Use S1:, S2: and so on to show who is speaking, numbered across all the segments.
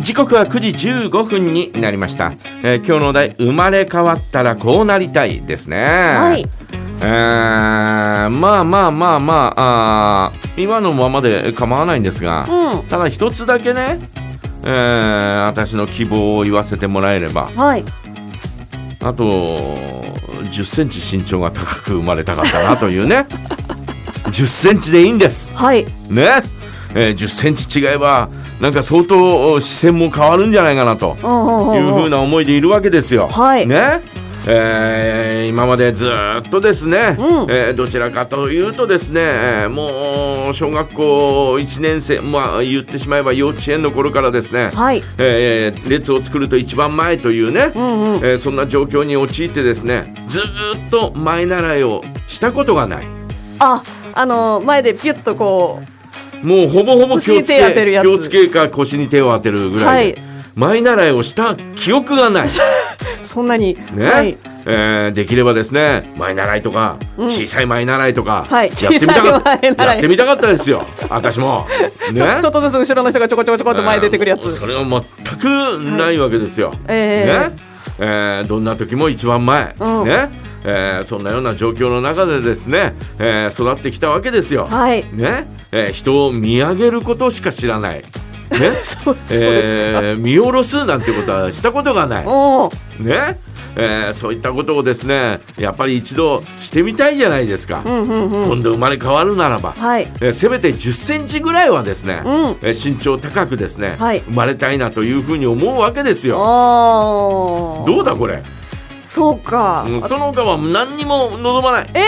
S1: 時刻は9時15分になりました、えー今日のお題生まれ変わったらこうなりたいですね
S2: はい。
S1: えーまあまあまあまああー今のままで構わないんですが、
S2: う
S1: ただ一つだけね、えー私の希望を言わせてもらえれば
S2: ん。はい。
S1: あと10センチ身長が高く生まれたかったなという ね10センチでいいんです
S2: はい。
S1: ね、えー10センチ違えばなんか相当視線も変わるんじゃないかなと
S2: うんうんうん
S1: いう
S2: うん。
S1: ふうな思いでいるわけですよ。
S2: はい
S1: ねえー今までずーっとですね、
S2: うん
S1: えーどちらかというとですね、えーもう小学校1年生、まあ、言ってしまえば幼稚園の頃からですね、
S2: はい。
S1: えー列を作ると一番前というね、
S2: うんうん。
S1: えーそんな状況に陥ってですねずーっと前習いをしたことがない
S2: あ、あの前でピュッとこ
S1: もうほぼほぼ気をつ
S2: 腰に手当てる
S1: け
S2: やつ
S1: 気をつけか腰に手を当てるぐらいで、
S2: は
S1: 前習いをした記憶がない。
S2: うそんなに。
S1: ね、
S2: はい。
S1: えーできればですね前習いとか、
S2: うん
S1: 小さい前習いとか、
S2: はい
S1: やってみたか
S2: 小さい前習い
S1: やってみたかったですよ私も。ね、
S2: ちょちょっとずつ後ろの人がちょこちょこちょこっと前に出てくるや
S1: えー
S2: つ。
S1: それは全くないわけですよ。
S2: えー
S1: ねえーどんな時も一番前、
S2: うん
S1: ねえーそんなような状況の中でですね、えー育ってきたわけですよ。
S2: はい。
S1: ねえー人を見上げることしか知らない。ね
S2: そうそうです。
S1: えー見下ろすなんてことはしたことがない。
S2: おお。
S1: ねえーそういったことをですねやっぱり一度してみたいじゃないですか、
S2: うんうんうん。
S1: 今度生まれ変わるならば、
S2: はい。
S1: えーせめて1 0ンチぐらいはですね、
S2: うん
S1: えー身長高くですね、
S2: はい
S1: 生まれたいなというふうに思うわけですよ。
S2: ああ。
S1: どうだこれ、
S2: そうか。
S1: うんその他は何にも望まない
S2: ええ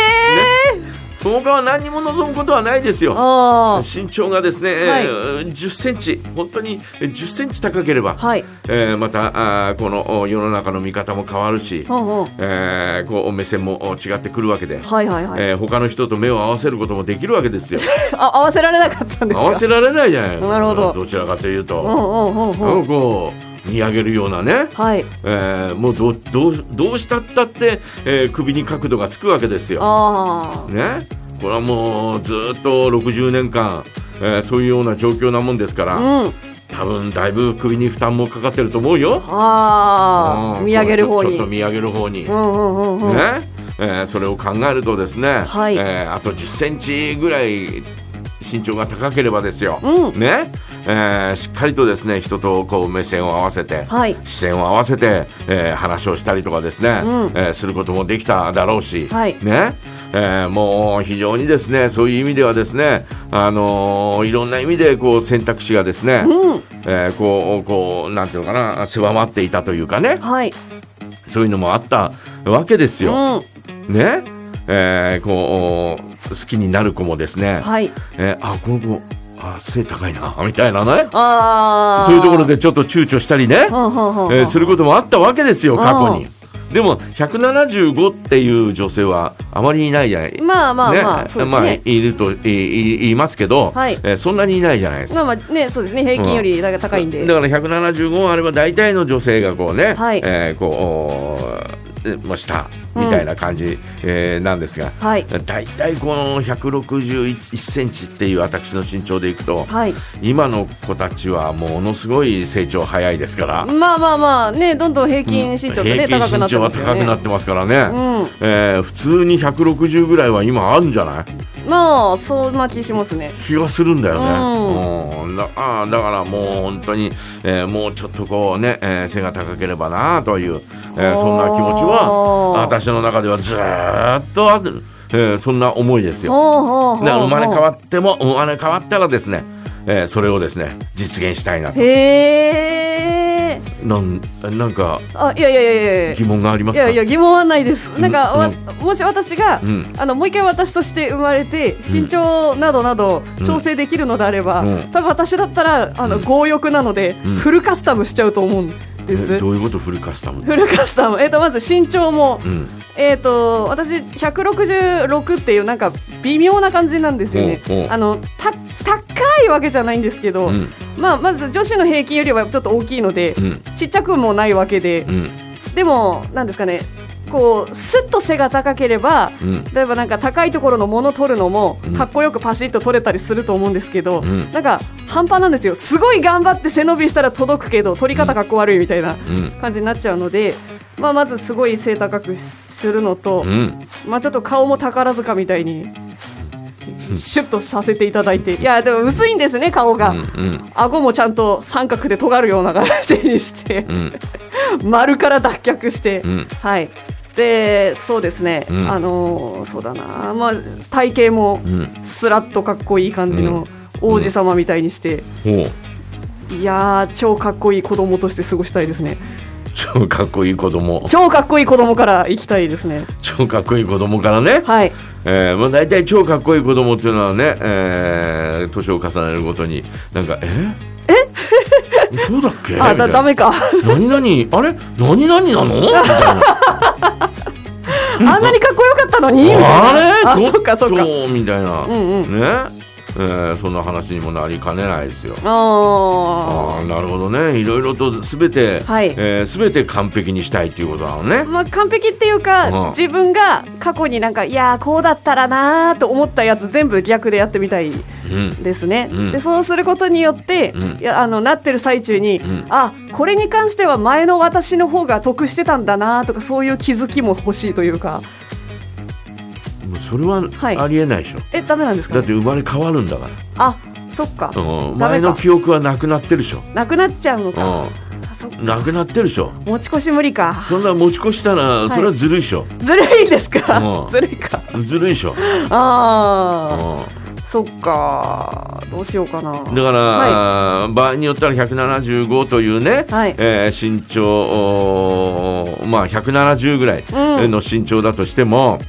S2: ー。
S1: その他は何にも望むことはないですよ
S2: あ
S1: 身長がですね、
S2: はい
S1: 1 0ンチ本当に1 0ンチ高ければ、
S2: あ。はい。
S1: えーまたあーこのお世の中の見方も変わるし、
S2: うんうん。
S1: えーこう目線もお違ってくるわけで、
S2: はいはいはい。
S1: えー他の人と目を合わせることもできるわけですよ。
S2: あ合わせられなかったんですか。
S1: 合わせられないじゃない
S2: なるほど
S1: どちらかという
S2: うん
S1: と、
S2: うんうんうん。
S1: なんかこう見上げるようなね、
S2: はい。
S1: えーもうどどうどうしたったって、えー首に角度がつくわけですよ。
S2: ああ。
S1: ね、これはもうずっと60年間、えーそういうような状況なもんですから、
S2: うん。
S1: 多分だいぶ首に負担もかかってると思うよ。
S2: ああ。
S1: うん
S2: 見上げる方に。
S1: ちょっと見上げる方に。
S2: うんうんうんう
S1: ね
S2: ん。
S1: えーそれを考えるとですね、
S2: はい
S1: えーあと1 0ンチぐらい身長が高ければですよ、
S2: うん
S1: ねえーしっかりとですね人とこう目線を合わせて、
S2: はい。
S1: 視線を合わせて、えー話をしたりとかですね、
S2: うん
S1: えーすることもできただろうし、
S2: はい
S1: ねえーもう非常にですねそういう意味ではですね、あのーいろんな意味でこう選択肢がですね、
S2: うん。
S1: えーこうこうなんていうのかな狭まっていたというかね
S2: はい。
S1: そういうのもあったわけですよ。
S2: うん。
S1: ね、えーこう好きになる子もですね、
S2: はい。
S1: えーあこの子あ背高いなみたいなね
S2: ああ。
S1: そういうところ。でちょっと躊躇したりね、
S2: はんはんはんはん。
S1: えーすることもあったわけですよ過去に
S2: う。
S1: でも175っていう女性はあまりいないじゃない。
S2: まあまあまあ。
S1: ね
S2: そうです
S1: まあい
S2: ね。
S1: るといい言いますけど、
S2: はい
S1: えーそんなにいないじゃないですか。
S2: まあまあね、そうですね。平均よりだが高いんで。
S1: だから175あれば大体の女性がこうね、
S2: はい
S1: えーこうおーえまあ下みたいな感じ、えーなんですが、
S2: はい。
S1: 大体この161センチっていう私の身長でいくと
S2: はい。
S1: 今の子たちはものすごい成長早いですから
S2: まあまあまあ、ね、どんどん平均身長がね、
S1: 平均
S2: 高くな
S1: 身
S2: って
S1: 長は
S2: ますよ
S1: 高くなっ
S2: ね。
S1: てますからね、
S2: うん。
S1: えー普通に160ぐらいは今あるんじゃない
S2: まあ、そんな気しますね。
S1: 気がするんだよね、
S2: う
S1: うんだあーだからもう本当に、えーもうちょっとこうね、えー背が高ければなという、えー
S2: あー
S1: そんな気持ちは私の中ではずーっとある、えーそんな思いですよ。
S2: ほうほうほう。
S1: だから生まれ変わっても生まれ変わったらですね、えーそれをですね実現したいなと
S2: へえ。
S1: なんなんか
S2: あ、いやいやいやいやいや。
S1: 疑問がありま
S2: い
S1: すか
S2: やいや疑問はないです。なんか、
S1: うん
S2: わ
S1: うん
S2: もし私が、
S1: うん
S2: あのもう一回私として生まれて身長などなど
S1: うん
S2: 調整できるのであれば、
S1: うん
S2: 多分私だったらあの、
S1: うん
S2: 強欲なので、
S1: うん
S2: フルカスタムしちゃうと思うん
S1: え
S2: です。
S1: どういうことフルカスタム
S2: フルカスタム、えっとまず身長も、
S1: うん
S2: えっと私166っていうなんか微妙な感じなんですよね
S1: おうおう。
S2: あのた高いわけじゃないんですけど、
S1: うん
S2: まあ、まず女子の平均よりはちょっと大きいので、
S1: うん
S2: ちっちゃくもないわけで、
S1: うん
S2: でも、なんですかね、こうスッと背が高ければ
S1: うん
S2: 例えばなんか高いところの物取るのも
S1: うん
S2: かっこよくパシッと取れたりすると思うんですけど、
S1: うん
S2: なんか半端なんですよすごい頑張って背伸びしたら届くけど取り方かっこ悪いみたいな
S1: うん
S2: 感じになっちゃうので、まあ、まずすごい背高くするのと、
S1: うん
S2: まあ、ちょっと顔も宝塚みたいにシュッとさせていただいていやでも薄いんですね顔が、
S1: うん
S2: 顎もちゃんと三角で尖るような形にして
S1: うんうん
S2: 丸から脱却して、
S1: うん
S2: はいでそうですね、
S1: うん
S2: あのーそうだな、まあ、体型も
S1: うん
S2: スラッとかっこいい感じの王子様みたいにして、
S1: ほう
S2: いやー超かっこいい子供として過ごしたいですね
S1: 超かっこいい子供
S2: 超かっこいい子供から行きたいですね
S1: 超かっこいい子供からね
S2: はい
S1: えーまあ、大体超かっこいい子供っていうのはね、えー年を重ねるごとになんかええそうだっけ
S2: あだ
S1: みた
S2: ダ
S1: い
S2: メか
S1: な何々あれ何々な のみたいな
S2: あんなにかっこよかったのにみたいな
S1: あれちょ
S2: あ
S1: っ
S2: そっかそっか
S1: とみたいな、
S2: うんうん
S1: ね、えーそんな話にもなりかねないですよ
S2: あ
S1: ああなるほどねいろいろと全て、
S2: はい
S1: えー全て完璧にしたいっていうことなのね
S2: ーまあ完璧っていうか、
S1: うん
S2: 自分が過去になんかいやーこうだったらなーと思ったやつ全部逆でやってみたい
S1: うん
S2: ですね、
S1: うん
S2: でそうすることによって、
S1: うん
S2: いやあのなってる最中に、
S1: ん
S2: あこれに関しては前の私の方が得してたんだなとかそういう気づきも欲しいというか
S1: もうそれは
S2: はい
S1: ありえないでしょ、
S2: えダメなんですか、
S1: だ
S2: ね、
S1: って生まれ変わるんだか、
S2: あそっから
S1: うん、
S2: ダメ
S1: 前
S2: か
S1: の記憶はなくなってるでしょ、
S2: なくなっちゃうのか
S1: うん
S2: あそっか
S1: なくなってるでしょ
S2: 持ち越し無理か
S1: そんな持ち越したら
S2: い
S1: それはずるいでしょ、
S2: ずるいんですか
S1: うん
S2: ずるいか
S1: ずるいでしょ、う
S2: あ
S1: ん
S2: あそっかどうしようかな
S1: だから、
S2: は
S1: 場合によったら175というね、
S2: はい
S1: えー身長おーまあ170ぐらい
S2: うん
S1: の身長だとしても、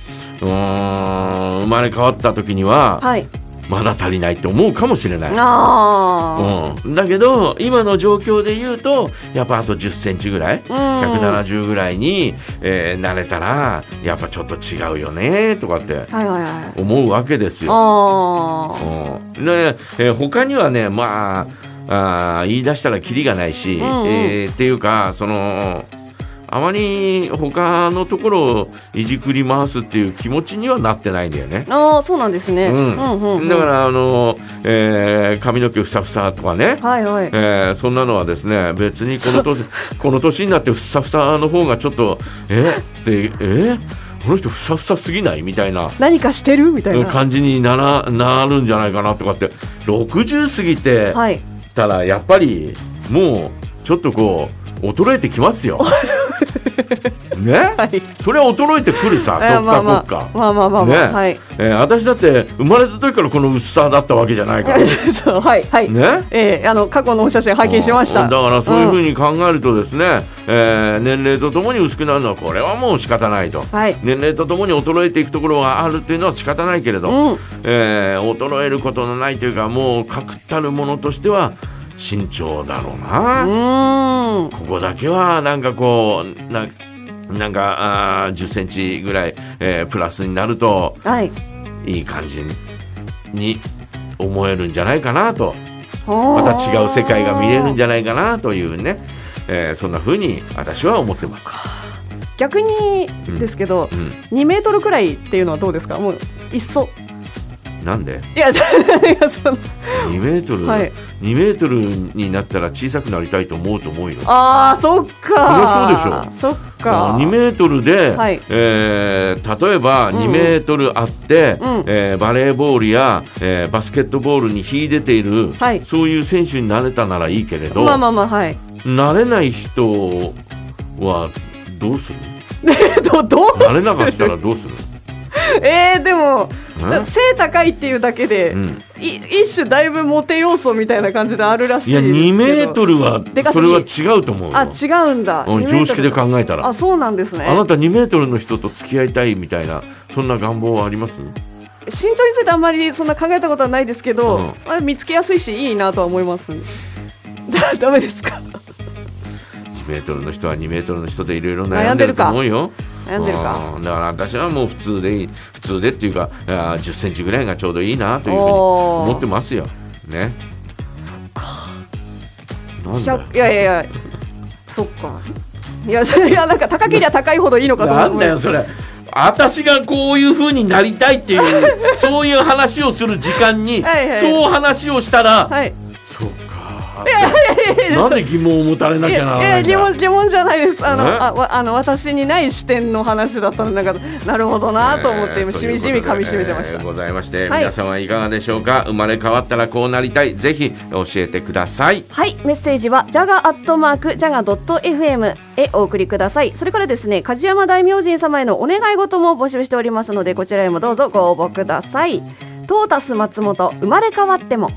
S1: うーん生まれ変わった時には、
S2: はい
S1: まだ足りないと思うかもしれない、
S2: あ
S1: うん、だけど今の状況で言うとやっぱあと1 0センチぐらい、
S2: あは
S1: 170ぐらいに、えー慣れたらやっぱちょっと違うよねとかって
S2: いはいはい
S1: 思うわけですよ。
S2: あ
S1: うんねえー他にはねまああー言い出したらキリがないし、
S2: うんうん
S1: えーっていうかそのあまり他のところをいじくり回すっていう気持ちにはなってないんだよね。
S2: あああそうなんですね
S1: う
S2: うん
S1: ん
S2: うんうん
S1: だからあの、えー髪の毛ふさふさとかね、
S2: はいはい
S1: えーそんなのはですね別にこの 年この年になってふさふさの方がちょっとえってえこの人ふさふさすぎないみたいな
S2: 何かしてるみたいな
S1: 感じにならなるんじゃないかなとかって60過ぎて
S2: はい
S1: たらやっぱりもうちょっとこう衰えてきます よ。ね
S2: はい
S1: それは衰えてくるさ
S2: えー
S1: 国
S2: まあ
S1: 家
S2: まあ
S1: 国家。
S2: まあまあまあまあ
S1: ね
S2: はい
S1: えー私だって生まれた時からこの薄さだったわけじゃないから。ね
S2: そうはいはいええあの過去のお写真拝見しまし
S1: う
S2: た
S1: んだからそういうふ
S2: ん
S1: うに考えるとですね、えー年齢とともに薄くなるのはこれはもう仕方ないと。
S2: はい
S1: 年齢とともに衰えていくところがあるっていうのは仕方ないけれど、
S2: うん
S1: えー衰えることのないというかもう確たるものとしては慎重だろうな、
S2: うーん
S1: ここだけはなんかこうななんか1 0ンチぐらい、えープラスになると
S2: はい
S1: いい感じに思えるんじゃないかなと
S2: ま
S1: また違う世界が見れるん
S2: じゃ
S1: じゃないかなというね、えーそんな風に私は思ってます。
S2: 逆にですけど、
S1: うん、
S2: 2メートルくらいっていうのはどうですかもういっそ
S1: なんで
S2: いや いやその
S1: 2メートル、
S2: はい
S1: 2メートルになったら小さくなりたいと思うと思うよ。
S2: あーそっか
S1: そりゃそう
S2: でしょそっか
S1: 2メートルで、
S2: はい
S1: えー例えば
S2: うんうん
S1: 2メートルあって、
S2: うん
S1: えーバレーボールや、えーバスケットボールに秀でている、
S2: はい
S1: そういう選手になれたならいいけれど、
S2: まあまあまあはい
S1: なれない人はどうする
S2: どどう
S1: なれなかったらどうする
S2: えー、でも
S1: ん
S2: 背高いっていうだけで、
S1: うん
S2: い一種だいぶモテ要素みたいな感じであるらしい
S1: いや
S2: ですけど
S1: 2メートルは
S2: でかす
S1: そ
S2: ぎ
S1: れは違うと思うよ
S2: あ違うんだ、
S1: うん
S2: 2
S1: 常識で
S2: メートル
S1: 考えたら
S2: あそうなんですね
S1: あなた2メートルの人と付き合いたいみたいなそんな願望はあります
S2: 身長についてあんまりそんな考えたことはないですけど、
S1: うん
S2: まあ、見つけやすいしいいなとは思います だダメですか
S1: 2メートルの人は2メートルの人でいろいろ悩んでると思うよ
S2: 悩んでるか
S1: うんだから私はもう普通でいい普通でっていうか1 0ンチぐらいがちょうどいいなというふうに
S2: おー
S1: 思ってますよねなんだよ
S2: 100いやいやいやそっかいや、 いやなんか高けりゃ高いほどいいのかと思
S1: な
S2: うん
S1: だよそれ私がこういう風になりたいって いうそういう話をする時間に
S2: はいはい
S1: そう話をしたら、
S2: はい。
S1: そうかなんで疑問を持たれないきゃなら
S2: や
S1: ないん
S2: や疑
S1: だ
S2: 問疑問じゃないですあの
S1: え
S2: あわあの私にない視点の話だったのでなんかなるほどなと思って、今しみじみ噛みしめてまし
S1: え
S2: た、
S1: ーございまして、
S2: はい
S1: 皆様いかがでしょうか生まれ変わったらこうなりたいぜひ教えてください
S2: はいメッセージは jaga.jaga.fm へお送りくださいそれからですね梶山大明神様へのお願い事も募集しておりますのでこちらへもどうぞご応募くださいトータス松本生まれ変わっても